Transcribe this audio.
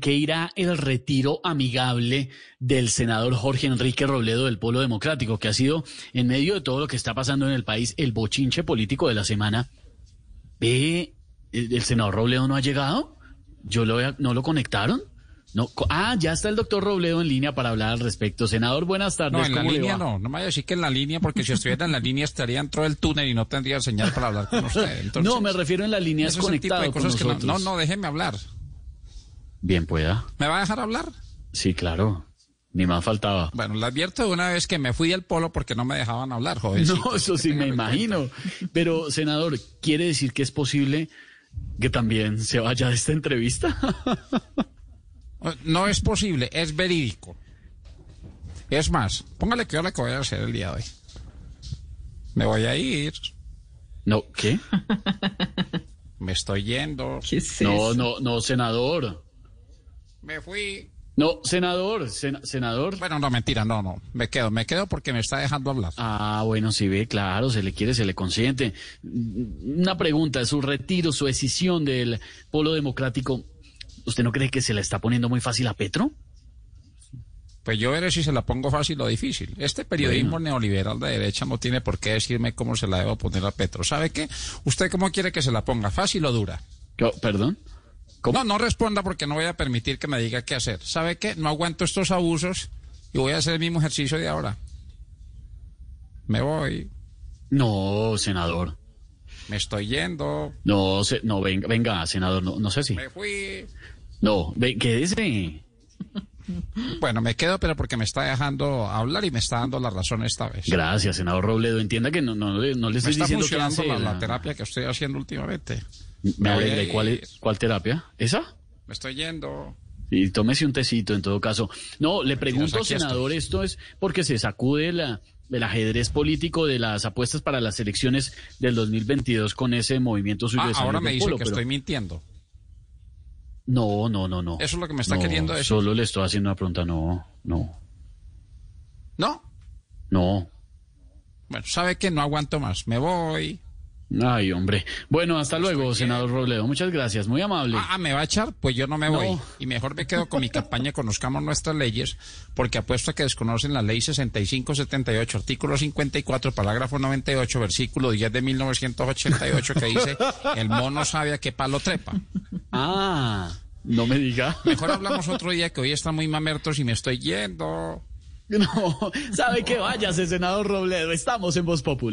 que irá el retiro amigable del senador Jorge Enrique Robledo del Polo Democrático, que ha sido, en medio de todo lo que está pasando en el país, el bochinche político de la semana. ¿Ve? ¿El, el senador Robledo no ha llegado? ¿Yo lo, no lo conectaron? No, ah, ya está el doctor Robledo en línea para hablar al respecto. Senador, buenas tardes. No, en la línea no, no me vaya a decir que en la línea, porque si estuviera en la línea estaría dentro del túnel y no tendría señal para hablar con usted. Entonces, no, me refiero en la línea es conectado tipo de cosas con que no, no, no, déjeme hablar. Bien pueda. ¿Me va a dejar hablar? Sí, claro. Ni más faltaba. Bueno, le advierto de una vez que me fui al polo porque no me dejaban hablar, joven. No, eso sí me imagino. Pero, senador, ¿quiere decir que es posible que también se vaya de esta entrevista? No es posible, es verídico. Es más, póngale que ahora que voy a hacer el día de hoy. Me voy a ir. No, ¿qué? Me estoy yendo. ¿Qué es no, eso? no, no, senador. Me fui. No, senador, sen, senador. Bueno, no, mentira, no, no. Me quedo, me quedo porque me está dejando hablar. Ah, bueno, sí ve, claro, se le quiere, se le consiente. Una pregunta, su retiro, su decisión del polo democrático, ¿Usted no cree que se la está poniendo muy fácil a Petro? Pues yo veré si se la pongo fácil o difícil. Este periodismo bueno. neoliberal de derecha no tiene por qué decirme cómo se la debo poner a Petro. ¿Sabe qué? ¿Usted cómo quiere que se la ponga? ¿Fácil o dura? ¿Qué? ¿Perdón? ¿Cómo? No, no responda porque no voy a permitir que me diga qué hacer. ¿Sabe qué? No aguanto estos abusos y voy a hacer el mismo ejercicio de ahora. Me voy. No, senador. Me estoy yendo. No, se, no, venga, venga, senador, no, no sé si. Me fui. No, ve, quédese. Bueno, me quedo, pero porque me está dejando hablar y me está dando la razón esta vez. Gracias, senador Robledo. Entienda que no, no, no le estoy está diciendo que hace la, la, terapia que estoy haciendo últimamente. Me alegra. ¿Y cuál, cuál terapia? ¿Esa? Me estoy yendo. Y tómese un tecito en todo caso. No, le pregunto, senador, estoy. esto es porque se sacude la, el ajedrez político de las apuestas para las elecciones del 2022 con ese movimiento suyo. Ah, ahora me dice que pero... estoy mintiendo. No, no, no, no. Eso es lo que me está no, queriendo decir. Solo le estoy haciendo una pregunta, no, no. ¿No? No. Bueno, sabe que no aguanto más, me voy. Ay, hombre. Bueno, hasta estoy luego, bien. senador Robledo. Muchas gracias, muy amable. Ah, ¿me va a echar? Pues yo no me voy. No. Y mejor me quedo con mi campaña Conozcamos Nuestras Leyes, porque apuesto a que desconocen la ley 6578, artículo 54, parágrafo 98, versículo 10 de 1988, que dice, el mono sabe a qué palo trepa. Ah, no me diga. Mejor hablamos otro día, que hoy están muy mamertos y me estoy yendo. No, sabe no. que vayas, senador Robledo. Estamos en Voz Populi.